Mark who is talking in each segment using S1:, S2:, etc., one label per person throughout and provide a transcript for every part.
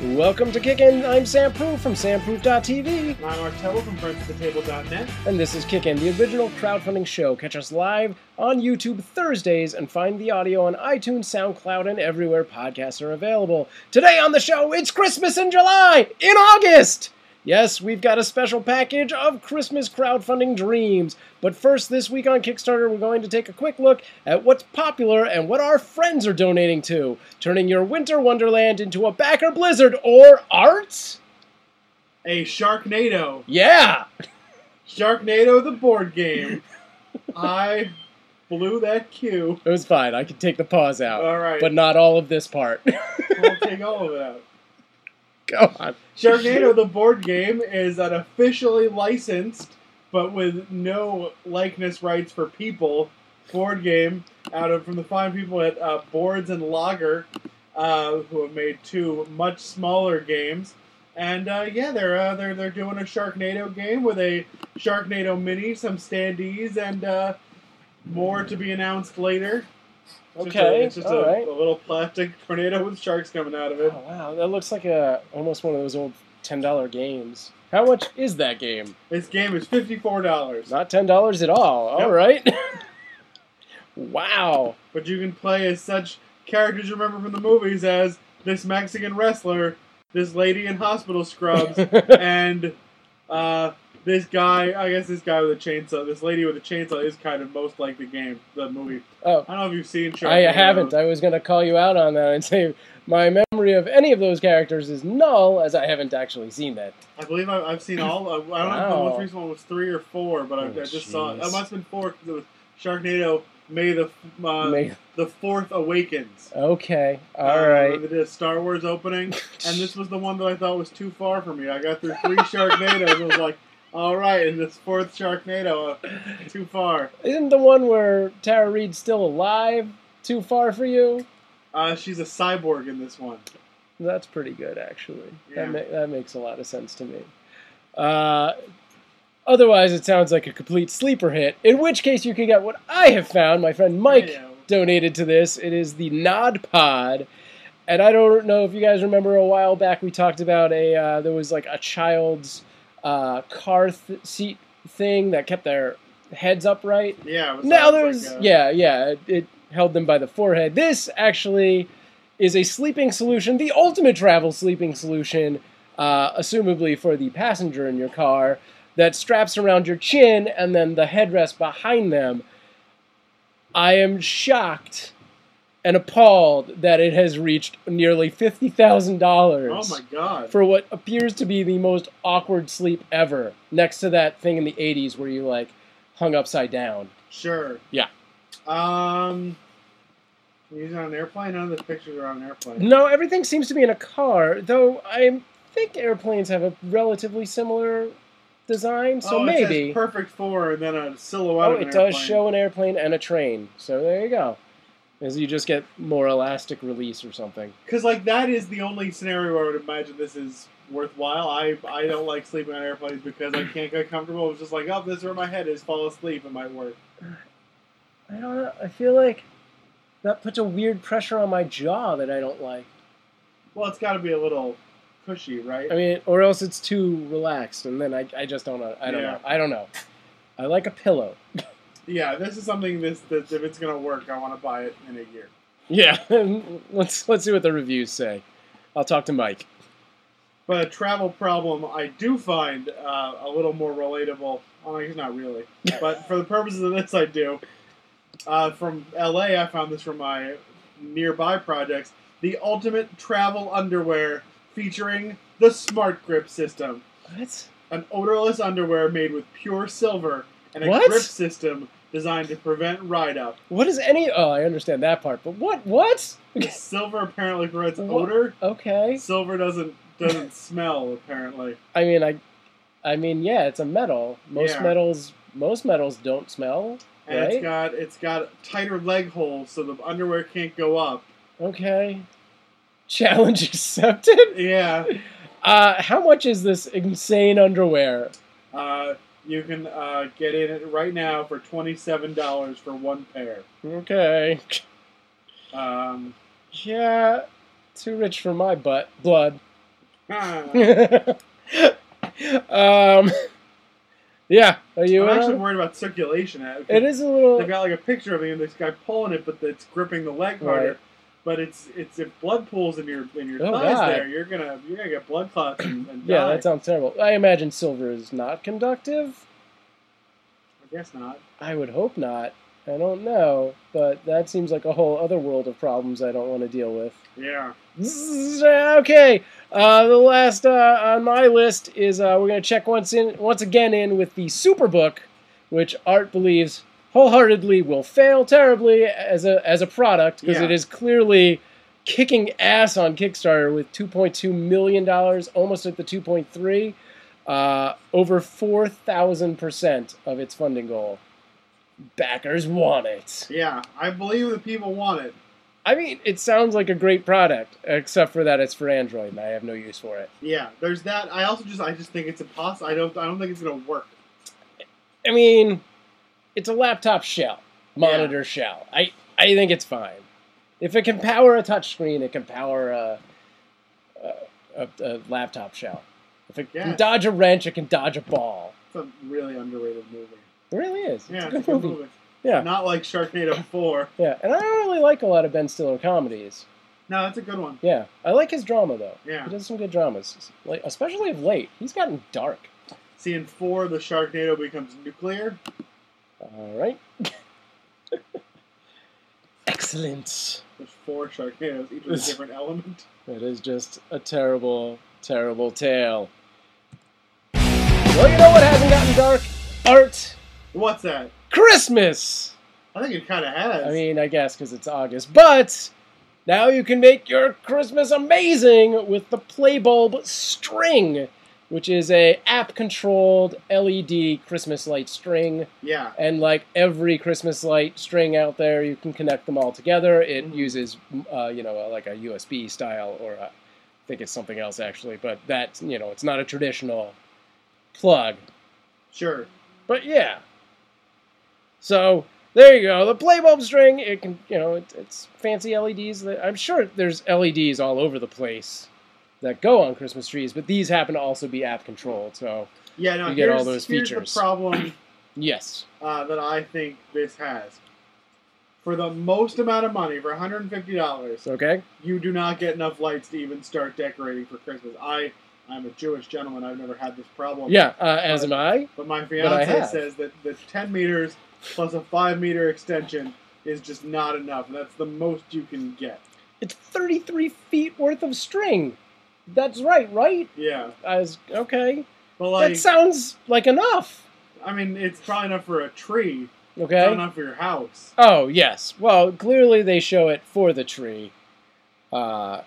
S1: Welcome to Kickin'. I'm Sam Proof from SamProof.tv,
S2: I'm Artello from FriendsToTheTable.net.
S1: and this is Kickin', the original crowdfunding show. Catch us live on YouTube Thursdays and find the audio on iTunes, SoundCloud, and everywhere podcasts are available. Today on the show, it's Christmas in July, in August! Yes, we've got a special package of Christmas crowdfunding dreams. But first, this week on Kickstarter, we're going to take a quick look at what's popular and what our friends are donating to, turning your winter wonderland into a backer blizzard or art?
S2: A Sharknado.
S1: Yeah!
S2: Sharknado, the board game. I blew that cue.
S1: It was fine. I could take the pause out,
S2: All right,
S1: but not all of this part.
S2: we'll take all of it out.
S1: Go on.
S2: Sharknado, the board game, is an officially licensed, but with no likeness rights for people, board game out of from the fine people at uh, Boards and Lager, uh, who have made two much smaller games. And uh, yeah, they're uh, they're they're doing a Sharknado game with a Sharknado mini, some standees, and uh, more to be announced later. It's just a-
S1: Okay,
S2: it's just a,
S1: all right.
S2: a little plastic tornado with sharks coming out of it.
S1: Oh, wow, that looks like a almost one of those old ten dollar games. How much is that game?
S2: This game is fifty four dollars.
S1: Not ten dollars at all. All
S2: Nope.
S1: right. wow.
S2: but you can play as such characters you remember from the movies as this Mexican wrestler, this lady in hospital scrubs, and uh, this guy. I guess this guy with a chainsaw, this lady with a chainsaw, is kind of most like the game, the movie.
S1: oh,
S2: I don't know if you've seen. Sharknado.
S1: I haven't. I was going to call you out on that and say my memory of any of those characters is null, as I haven't actually seen that.
S2: I believe I, I've seen all. I, I don't know if
S1: Wow.
S2: the most recent one was three or four, but I,
S1: Oh,
S2: I just saw it. It
S1: jeez.
S2: must have been four because it was Sharknado. May the f- uh,
S1: May-
S2: the fourth awakens.
S1: okay.
S2: Uh,
S1: All right.
S2: They did a Star Wars opening, and this was the one that I thought was too far for me. I got through three Sharknadoes and was like, all right, and this fourth Sharknado, uh, too far.
S1: Isn't the one where Tara Reid's still alive too far for you?
S2: Uh, she's a cyborg in this one.
S1: That's pretty good, actually.
S2: Yeah.
S1: That, ma- that makes a lot of sense to me. Uh, otherwise, it sounds like a complete sleeper hit, in which case, you can get what I have found. My friend Mike
S2: Yeah.
S1: donated to this. It is the Nod Pod. And I don't know if you guys remember a while back we talked about a uh, there was like a child's uh, car th- seat thing that kept their heads upright.
S2: Yeah. it was
S1: Now
S2: like,
S1: there's
S2: uh,
S1: yeah yeah it, it held them by the forehead. This actually is a sleeping solution, the ultimate travel sleeping solution, uh, assumably for the passenger in your car that straps around your chin and then the headrest behind them. I am shocked and appalled that it has reached nearly fifty thousand
S2: Oh
S1: dollars
S2: my god.
S1: for what appears to be the most awkward sleep ever. Next to that thing in the '80s where you like hung upside down.
S2: sure.
S1: Yeah.
S2: Um. Can you use it on an airplane? None of the pictures are on an airplane.
S1: No, everything seems to be in a car, though I think airplanes have a relatively similar design, so
S2: oh, It
S1: maybe.
S2: says perfect four and then a silhouette
S1: Oh,
S2: of an
S1: it does
S2: airplane.
S1: show an airplane and a train, so there you go. As you just get more elastic release or something.
S2: Because like that is the only scenario where I would imagine this is worthwhile. I I don't like sleeping on airplanes because I can't get comfortable. It's just like, oh, this is where my head is. Fall asleep. It might work.
S1: I don't know. I feel like that puts a weird pressure on my jaw that I don't like.
S2: Well, it's got to be a little cushy, right?
S1: I mean, or else it's too relaxed, and then I, I just don't know. I don't
S2: Yeah.
S1: know. I don't know. I like a pillow.
S2: yeah, this is something this that if it's gonna work, I want to buy it in a year.
S1: Yeah. let's let's see what the reviews say. I'll talk to Mike.
S2: But a travel problem I do find uh, a little more relatable. Oh, I guess not really. But for the purposes of this, I do. Uh, from LA, I found this from my nearby projects. The ultimate travel underwear featuring the Smart Grip system,
S1: What?
S2: an odorless underwear made with pure silver and a
S1: What?
S2: grip system designed to prevent ride up.
S1: What is any? Oh, I understand that part, but what? What?
S2: silver apparently prevents
S1: What?
S2: odor.
S1: Okay.
S2: Silver doesn't doesn't smell apparently.
S1: I mean, I, I mean, yeah, it's a metal. Most
S2: Yeah.
S1: metals, most metals don't smell.
S2: and
S1: Right?
S2: it's got it's got tighter leg holes so the underwear can't go up.
S1: Okay. Challenge accepted.
S2: Yeah,
S1: Uh, how much is this insane underwear?
S2: uh, you can uh, get in it right now for twenty seven dollars for one pair.
S1: Okay.
S2: Um,
S1: Yeah, too rich for my butt blood.
S2: I'm
S1: um, yeah, are you? in
S2: actually
S1: on-
S2: worried about circulation. Ab, 'cause
S1: it is a little.
S2: They've got like a picture of me and this guy pulling it, but it's gripping the leg harder.
S1: Right.
S2: But it's it's if blood pools in your in your
S1: Oh,
S2: thighs
S1: God.
S2: there, you're gonna you're gonna get blood clots and, and
S1: Yeah,
S2: die.
S1: that sounds terrible. I imagine silver is not conductive.
S2: I guess not.
S1: I would hope not. I don't know, but that seems like a whole other world of problems I don't want to deal with.
S2: Yeah.
S1: Zzz, Okay, uh, the last uh, on my list is uh, we're going to check once in once again in with the Superbook, which Art believes wholeheartedly will fail terribly as a as a product because
S2: Yeah.
S1: it is clearly kicking ass on Kickstarter with 2.2 million dollars, almost at the 2.3, uh, over 4,000 percent of its funding goal. Backers want it.
S2: Yeah. I believe that people want it.
S1: I mean, it sounds like a great product, except for that it's for Android, and I have no use for it.
S2: Yeah. There's that. I also just I just think it's impossible. I don't I don't think it's gonna work.
S1: I mean, it's a laptop shell, monitor shell. I I think it's fine. If it can power a touchscreen, it can power a a, a, a laptop shell. If it
S2: Yeah.
S1: can dodge a wrench, it can dodge a ball.
S2: It's a really underrated movie.
S1: It really is. It's
S2: Yeah.
S1: a
S2: it's
S1: good movie. Yeah.
S2: Not like Sharknado Four.
S1: Yeah, and I don't really like a lot of Ben Stiller comedies.
S2: No, that's a good one.
S1: Yeah, I like his drama though.
S2: Yeah.
S1: He does some good dramas, like especially of late. He's gotten dark.
S2: See, in four, the Sharknado becomes nuclear.
S1: All right. Excellent.
S2: There's four Sharknados, each with a different element.
S1: That is just a terrible, terrible tale. Well, you know what hasn't gotten dark? Art.
S2: What's that?
S1: Christmas.
S2: I think it kind of has.
S1: I mean, I guess because it's August, but now you can make your Christmas amazing with the Playbulb String, which is a app-controlled LED Christmas light string
S2: yeah.
S1: and like every Christmas light string out there, you can connect them all together. It
S2: Mhm.
S1: uses, uh, you know, like a USB style, or a, I think it's something else actually, but that's, you know, it's not a traditional plug.
S2: Sure.
S1: But yeah. So there you go. The playbulb string, it can, you know, it, it's fancy LEDs. That, I'm sure there's LEDs all over the place that go on Christmas trees, but these happen to also be app controlled. So
S2: Yeah. No.
S1: You get all
S2: here's-
S1: those
S2: here's
S1: features.
S2: the problem
S1: yes.
S2: uh, that I think this has. For the most amount of money, for $150,
S1: Okay.
S2: you do not get enough lights to even start decorating for Christmas. I, I'm a Jewish gentleman. I've never had this problem.
S1: Yeah. Uh, as am I.
S2: But my
S1: I
S2: fiance
S1: have.
S2: says that the 10 meters plus a 5 meter extension is just not enough. And that's the most you can get.
S1: It's 33 feet worth of string. That's right, right?
S2: Yeah.
S1: I was, okay.
S2: But like,
S1: that sounds like enough.
S2: I mean, it's probably enough for a tree. It's not
S1: Okay.
S2: enough for your house.
S1: Oh, yes. Well, clearly they show it for the tree. Uh,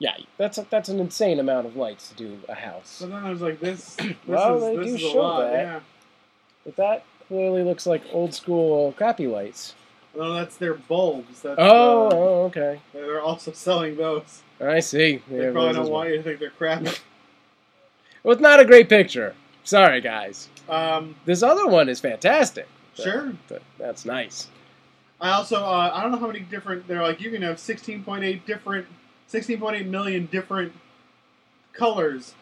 S1: yeah, that's a, that's an insane amount of lights to do a house.
S2: So then I was like, this, this
S1: Well,
S2: is,
S1: they
S2: this
S1: do
S2: is a
S1: show
S2: lot.
S1: that.
S2: Yeah.
S1: But that clearly looks like old school crappy lights.
S2: No, that's their bulbs. That's
S1: Oh,
S2: the-
S1: oh okay.
S2: they're also selling those.
S1: I see.
S2: They
S1: Yeah,
S2: probably
S1: those as
S2: don't
S1: well.
S2: want you to think they're crap.
S1: Well, it's not a great picture. Sorry, guys.
S2: Um,
S1: This other one is fantastic.
S2: sure.
S1: But that's nice.
S2: I also uh, I don't know how many different they're like you can have 16.8 different 16.8 million different colors.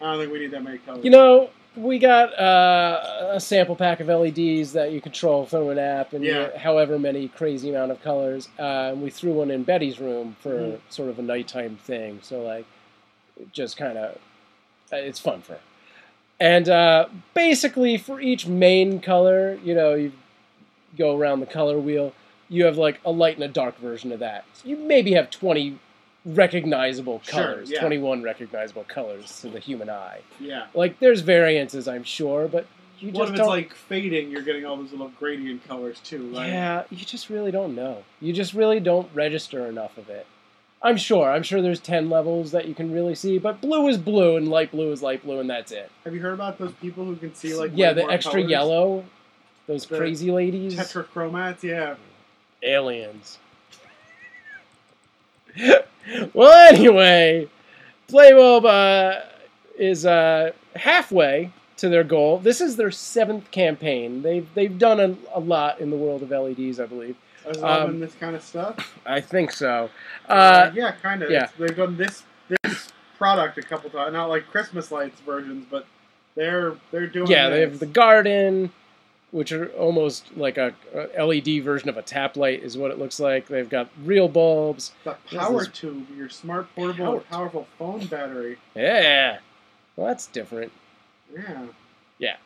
S2: I don't think we need that many colors.
S1: You know, we got uh, a sample pack of LEDs that you control through an app, and you
S2: Yeah.
S1: get however many crazy amount of colors. Uh, and we threw one in Betty's room for
S2: Mhm.
S1: sort of a nighttime thing. So like, it just kind of, it's fun for. Her. And uh, basically, for each main color, you know, you go around the color wheel. You have like a light and a dark version of that. You maybe have twenty recognizable
S2: Sure,
S1: colors,
S2: yeah.
S1: twenty-one recognizable colors to the human eye.
S2: yeah.
S1: Like, there's variances, I'm sure, but you
S2: What
S1: just
S2: if it's
S1: don't.
S2: like fading? You're getting all those little gradient colors too, right?
S1: yeah, you just really don't know. You just really don't register enough of it. I'm sure. I'm sure there's ten levels that you can really see, but blue is blue and light blue is light blue, and that's it.
S2: Have you heard about those people who can see like
S1: yeah,
S2: way
S1: the
S2: more
S1: extra
S2: colors?
S1: yellow, those
S2: The
S1: crazy ladies,
S2: tetrachromats? Yeah.
S1: aliens. well, anyway, Playbob uh, is uh, halfway to their goal. This is their seventh campaign. They've they've done a, a lot in the world of LEDs, I believe.
S2: As well
S1: Um,
S2: in this kind of stuff.
S1: I think so. Uh,
S2: yeah, kind of.
S1: yeah.
S2: They've done this this product a couple times. Not like Christmas lights versions, but they're they're doing.
S1: yeah, they
S2: things.
S1: have the garden, which are almost like a, a LED version of a tap light, is what it looks like. They've got real bulbs.
S2: The
S1: is
S2: power
S1: this?
S2: tube, your smart portable
S1: Power
S2: and powerful phone battery.
S1: Yeah, well, that's different.
S2: Yeah.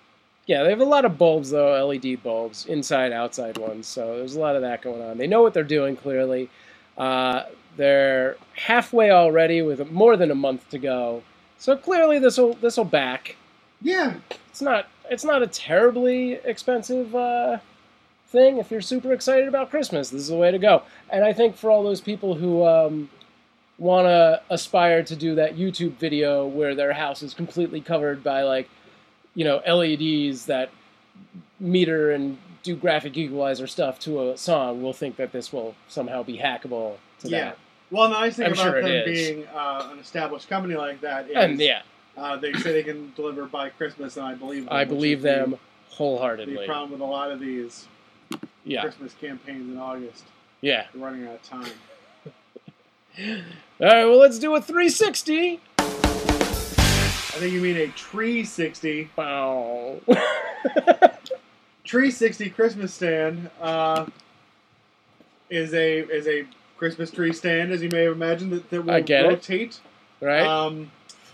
S1: Yeah, they have a lot of bulbs though, LED bulbs, inside, outside ones. So there's a lot of that going on. They know what they're doing clearly. Uh, they're halfway already with more than a month to go. So clearly this will this will back.
S2: Yeah.
S1: It's not it's not a terribly expensive uh, thing if you're super excited about Christmas. This is the way to go. And I think for all those people who um, want to aspire to do that YouTube video where their house is completely covered by like, you know, LEDs that meter and do graphic equalizer stuff to a song, will think that this will somehow be hackable to
S2: Yeah.
S1: that.
S2: Well, the nice thing
S1: I'm
S2: about
S1: sure it
S2: them
S1: is.
S2: being uh, an established company like that is
S1: And yeah,
S2: uh, they say they can deliver by Christmas, and I believe them.
S1: I
S2: which is
S1: believe
S2: the-
S1: them
S2: The
S1: wholeheartedly.
S2: problem with a lot of these
S1: Yeah,
S2: Christmas campaigns in August,
S1: yeah.
S2: they're running out of time.
S1: All right, well, let's do a 360.
S2: I think you mean a tree sixty,
S1: Wow.
S2: tree sixty Christmas stand uh, is a is a Christmas tree stand, as you may have imagined, that, that will
S1: I get it.
S2: rotate
S1: right?
S2: Um,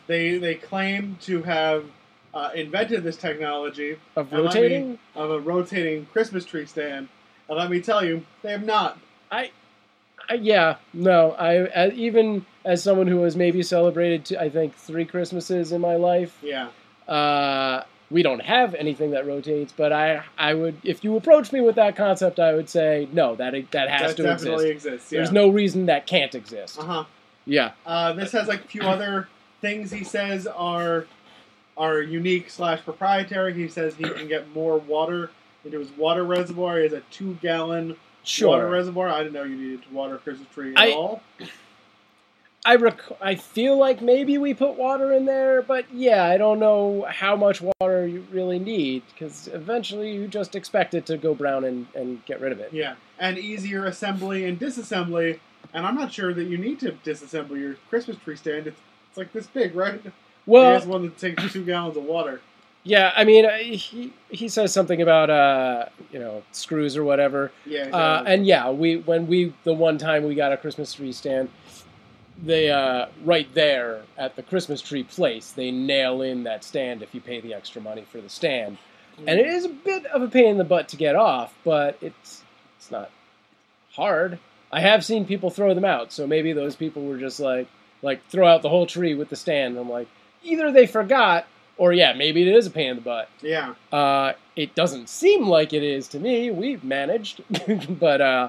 S2: they they claim to have uh, invented this technology
S1: of
S2: and let me-
S1: rotating?
S2: of a rotating Christmas tree stand, and let me tell you, they have not.
S1: I, yeah, no. I as, even as someone who has maybe celebrated, t I I think, three Christmases in my life,
S2: Yeah,
S1: uh, we don't have anything that rotates. But I, I would, if you approach me with that concept, I would say no. That that has
S2: that
S1: to exist.
S2: definitely exists. yeah.
S1: There's no reason that can't exist.
S2: Uh-huh.
S1: Yeah,
S2: Uh This has like a few other things he says are are unique slash proprietary. He says he can get more water into his water reservoir. He has a two gallon water
S1: sure.
S2: reservoir. I didn't know you needed to water a Christmas tree at
S1: I-
S2: all.
S1: I rec- I feel like maybe we put water in there, but yeah, I don't know how much water you really need because eventually you just expect it to go brown and, and get rid of it.
S2: Yeah, and easier assembly and disassembly. And I'm not sure that you need to disassemble your Christmas tree stand. It's, it's like this big, right?
S1: Well,
S2: you guys one that takes two gallons of water.
S1: Yeah, I mean, uh, he he says something about uh, you know screws or whatever,
S2: Yeah.
S1: uh,
S2: exactly.
S1: and yeah, we when we the one time we got a Christmas tree stand, they uh, right there at the Christmas tree place, they nail in that stand if you pay the extra money for the stand, and it is a bit of a pain in the butt to get off, but it's it's not hard. I have seen people throw them out, so maybe those people were just like like throw out the whole tree with the stand. I'm like, either they forgot, or yeah, maybe it is a pain in the butt.
S2: yeah.
S1: Uh, it doesn't seem like it is to me. We've managed, but uh,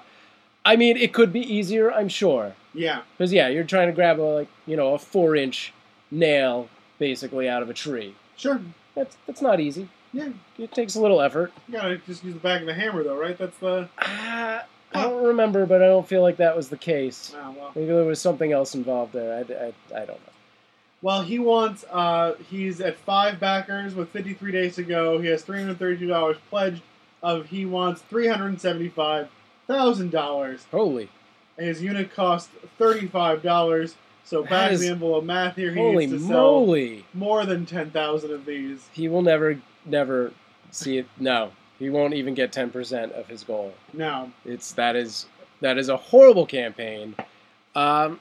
S1: I mean, it could be easier, I'm sure.
S2: Yeah.
S1: Because yeah, you're trying to grab a like you know a four inch nail basically out of a tree.
S2: Sure.
S1: That's that's not easy.
S2: Yeah.
S1: It takes a little effort.
S2: You gotta just use the back of the hammer, though, right? That's the.
S1: Uh, I don't remember, but I don't feel like that was the case.
S2: Oh, well.
S1: Maybe there was something else involved there. I, I, I don't know.
S2: well, he wants. Uh, he's at five backers with 53 days to go. He has $332 pledged. Of he wants $375,000.
S1: Holy,
S2: And His unit cost thirty-five dollars. So
S1: That
S2: back
S1: is-
S2: of the envelope math here, he
S1: holy
S2: needs to sell
S1: moly!
S2: more than ten thousand of these.
S1: He will never, never see it. No, he won't even get ten percent of his goal.
S2: Now
S1: It's that is that is a horrible campaign. Um,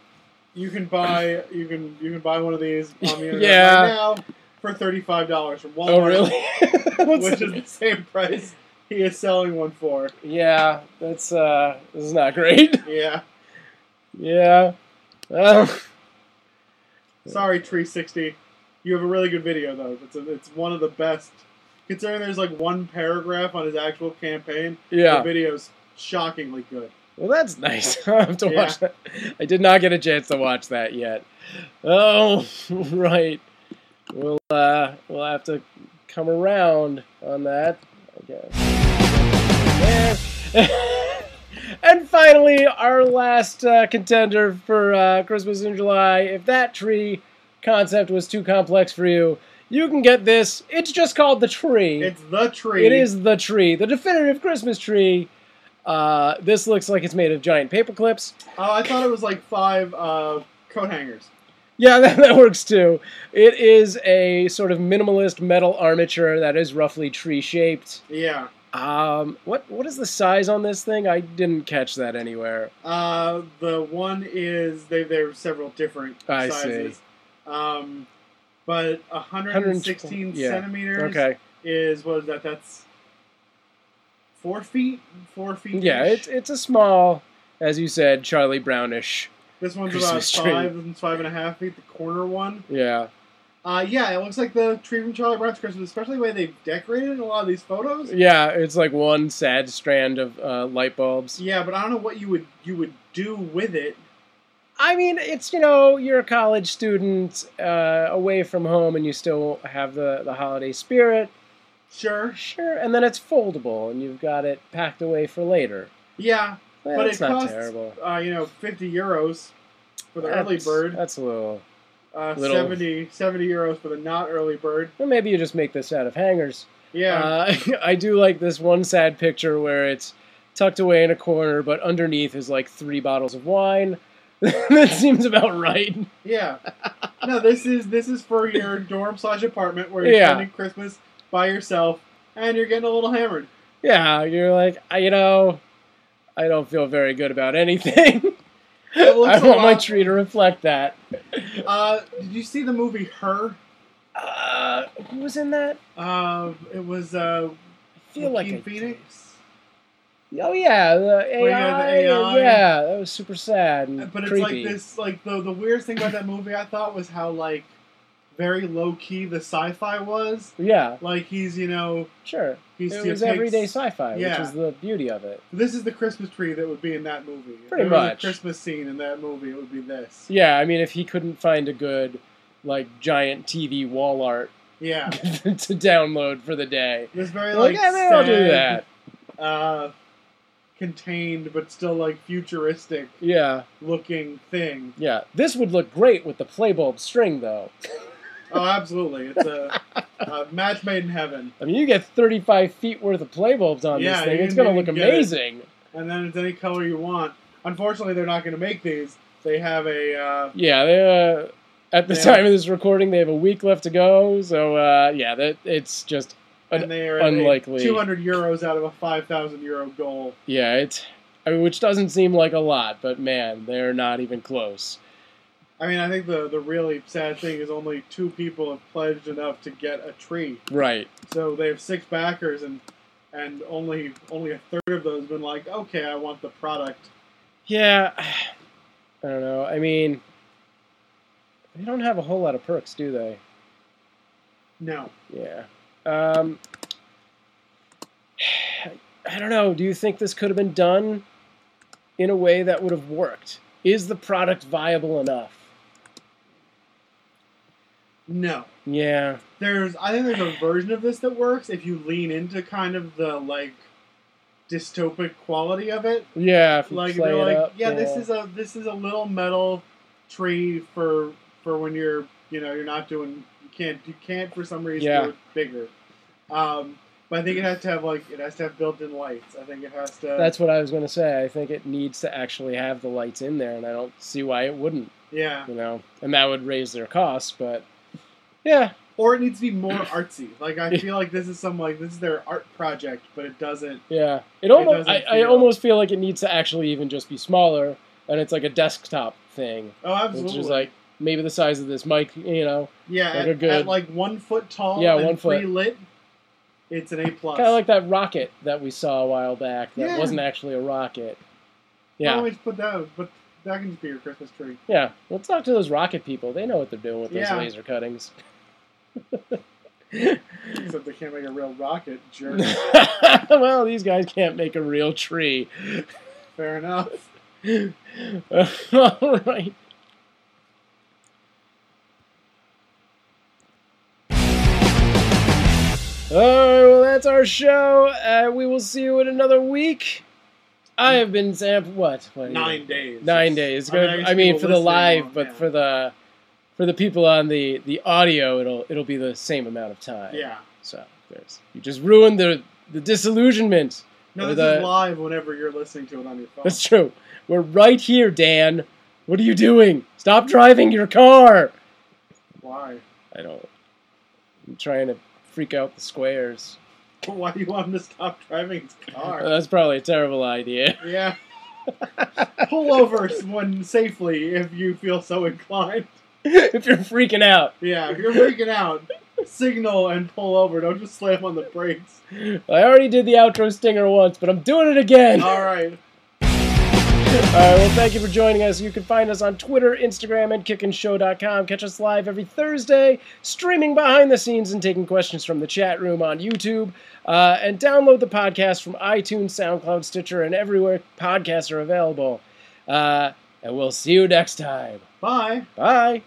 S2: you can buy you can you can buy one of these on the internet
S1: Yeah.
S2: right now for thirty-five dollars from Walmart.
S1: oh really? What's
S2: Which
S1: the-
S2: is the same price he is selling one for.
S1: yeah, that's uh, this is not great.
S2: Yeah.
S1: yeah. Um, Well,
S2: Sorry, Tree Sixty. You have a really good video though. It's a, it's one of the best. Considering there's like one paragraph on his actual campaign, the
S1: yeah.
S2: video's shockingly good.
S1: Well, that's nice. I have to
S2: Yeah.
S1: watch that. I did not get a chance to watch that yet. Oh, right. We'll uh, we'll have to come around on that, I guess. Yeah. and finally, our last uh, contender for uh, Christmas in July. If that tree concept was too complex for you, you can get this. It's just called the tree.
S2: It's the tree.
S1: It is the tree, the definitive Christmas tree. Uh, this looks like it's made of giant paper clips.
S2: Oh, I thought it was like five uh, coat hangers.
S1: Yeah, that, that works too. It is a sort of minimalist metal armature that is roughly tree shaped.
S2: Yeah.
S1: Um, what what is the size on this thing? I didn't catch that anywhere.
S2: Uh, the one is they there are several different
S1: I see.
S2: sizes. Um, but 116
S1: yeah.
S2: centimeters
S1: Okay.
S2: is what is that? That's four feet. Four feet.
S1: Yeah, it's it's a small, as you said, Charlie Brownish.
S2: this one's
S1: Christmas
S2: about
S1: tree.
S2: five and five and a half feet. The corner one.
S1: Yeah.
S2: Uh, yeah, it looks like the tree from Charlie Brown's Christmas, especially the way they've decorated in a lot of these photos.
S1: Yeah, it's like one sad strand of uh, light bulbs.
S2: Yeah, but I don't know what you would you would do with it.
S1: I mean, it's you know, you're a college student uh, away from home, and you still have the the holiday spirit.
S2: Sure.
S1: Sure, and then it's foldable, and you've got it packed away for later.
S2: Yeah,
S1: Well,
S2: But
S1: it's
S2: it
S1: not
S2: costs
S1: terrible.
S2: uh, you know, 50 euros for the early
S1: That's-
S2: bird.
S1: That's a little.
S2: Uh,
S1: Little-
S2: 70, 70 euros for the not early bird.
S1: Well, maybe you just make this out of hangers.
S2: Yeah.
S1: Uh, I do like this one sad picture where it's tucked away in a corner, but underneath is like three bottles of wine. that seems about right.
S2: yeah. No, this is this is for your dorm slash apartment where you're
S1: Yeah.
S2: spending Christmas by yourself and you're getting a little hammered.
S1: Yeah, you're like, I, you know, I don't feel very good about anything. I
S2: It looks
S1: want
S2: a
S1: my
S2: lot-
S1: tree to reflect that.
S2: Uh, did you see the movie Her?
S1: Uh, who was in that?
S2: Uh, it was uh,
S1: I feel like
S2: Joaquin
S1: I-
S2: Phoenix.
S1: Oh yeah, the AI.
S2: you got the AI.
S1: Yeah, that was super sad and
S2: Uh, But it's
S1: creepy.
S2: like this, like the the weirdest thing about that movie I thought was how like very low key the sci-fi was.
S1: Yeah,
S2: Like he's you know
S1: sure.
S2: he's
S1: It
S2: he
S1: was
S2: takes-
S1: everyday sci-fi,
S2: Yeah.
S1: which is the beauty of it.
S2: This is the Christmas tree that would be in that movie. If
S1: Pretty
S2: there was
S1: much.
S2: a Christmas scene in that movie. It would be this.
S1: Yeah, I mean, if he couldn't find a good, like, giant TV wall art
S2: Yeah.
S1: to download for the day,
S2: This very
S1: like,
S2: like,
S1: yeah, maybe I'll do that.
S2: sad, Uh, contained but still like futuristic
S1: Yeah,
S2: looking thing.
S1: yeah. This would look great with the playbulb string, though.
S2: Oh, absolutely! It's a, a match made in heaven.
S1: I mean, you get 35 feet worth of play bulbs on
S2: Yeah,
S1: this thing.
S2: you
S1: It's going to
S2: can
S1: look
S2: get it.
S1: amazing.
S2: And then it's any color you want. Unfortunately, they're not going to make these. They have a uh,
S1: Yeah, they, uh, at the
S2: Yeah.
S1: time of this recording, they have a week left to go. So, uh, yeah, that it's just, An-
S2: and they are at a
S1: unlikely.
S2: 200 euros out of a 5,000 euro goal.
S1: yeah, it's, I mean, which doesn't seem like a lot, but man, they're not even close.
S2: I mean, I think the the really sad thing is only two people have pledged enough to get a tree.
S1: Right.
S2: So they have six backers, and and only only a third of those have been like, okay, I want the product.
S1: Yeah, I don't know. I mean, they don't have a whole lot of perks, do they?
S2: No,
S1: Yeah. Um, I don't know. Do you think this could have been done in a way that would have worked? Is the product viable enough?
S2: no.
S1: Yeah.
S2: There's I think there's a version of this that works if you lean into kind of the like dystopic quality of it.
S1: Yeah. If you
S2: Like
S1: play
S2: they're
S1: it
S2: like,
S1: up,
S2: yeah, this is a this is a little metal tree for for when you're you know you're not doing you can't you can't for some reason
S1: Yeah.
S2: do it bigger. Um, but I think it has to have like it has to have built-in lights. I think it has to.
S1: That's what I was going to say. I think it needs to actually have the lights in there, and I don't see why it wouldn't.
S2: yeah.
S1: You know, and that would raise their costs, but yeah,
S2: or it needs to be more artsy. Like I feel like this is some like this is their art project, but it doesn't.
S1: yeah. It almost,
S2: doesn't
S1: I, I
S2: feel-
S1: almost feel like it needs to actually even just be smaller, and it's like a desktop thing,
S2: Oh, absolutely.
S1: which is like maybe the size of this mic. You know,
S2: yeah,
S1: like
S2: at,
S1: a good-
S2: at like one foot tall.
S1: Yeah,
S2: and
S1: one foot.
S2: Pre-lit. It's an A plus.
S1: Kind of like that rocket that we saw a while back that
S2: Yeah.
S1: wasn't actually a rocket.
S2: Why
S1: Yeah,
S2: don't we just put that? But that can just be your Christmas tree.
S1: yeah. Let's talk to those rocket people. They know what they're doing with those
S2: Yeah.
S1: laser cuttings.
S2: Except they can't make a real rocket. Jerk.
S1: well, these guys can't make a real tree.
S2: Fair enough.
S1: All right. All right, well, that's our show. Uh, we will see you in another week. I have been Sam. What? what are you-
S2: Nine days.
S1: Nine days. It's gonna- I mean,
S2: guess people
S1: for the
S2: listening
S1: live,
S2: won't
S1: but
S2: know.
S1: for the for the people on the the audio, it'll it'll be the same amount of time.
S2: yeah.
S1: So there's you just ruined the the disillusionment.
S2: No,
S1: for
S2: this
S1: the-
S2: is live whenever you're listening to it on your phone.
S1: That's true. We're right here, Dan. What are you doing? Stop driving your car!
S2: Why?
S1: I don't. I'm trying to freak out the squares.
S2: Why do you want him to stop driving his car?
S1: That's probably a terrible idea.
S2: Yeah. Pull over one safely if you feel so inclined.
S1: if you're freaking out,
S2: Yeah, if you're freaking out, signal and pull over. Don't just slam on the brakes.
S1: I already did the outro stinger once, but I'm doing it again.
S2: All right.
S1: All right, Uh, well, thank you for joining us. You can find us on Twitter, Instagram, and kickinshow.com. Catch us live every Thursday, streaming behind the scenes and taking questions from the chat room on YouTube. Uh, and download the podcast from iTunes, SoundCloud, Stitcher, and everywhere podcasts are available. Uh, and we'll see you next time.
S2: Bye.
S1: Bye.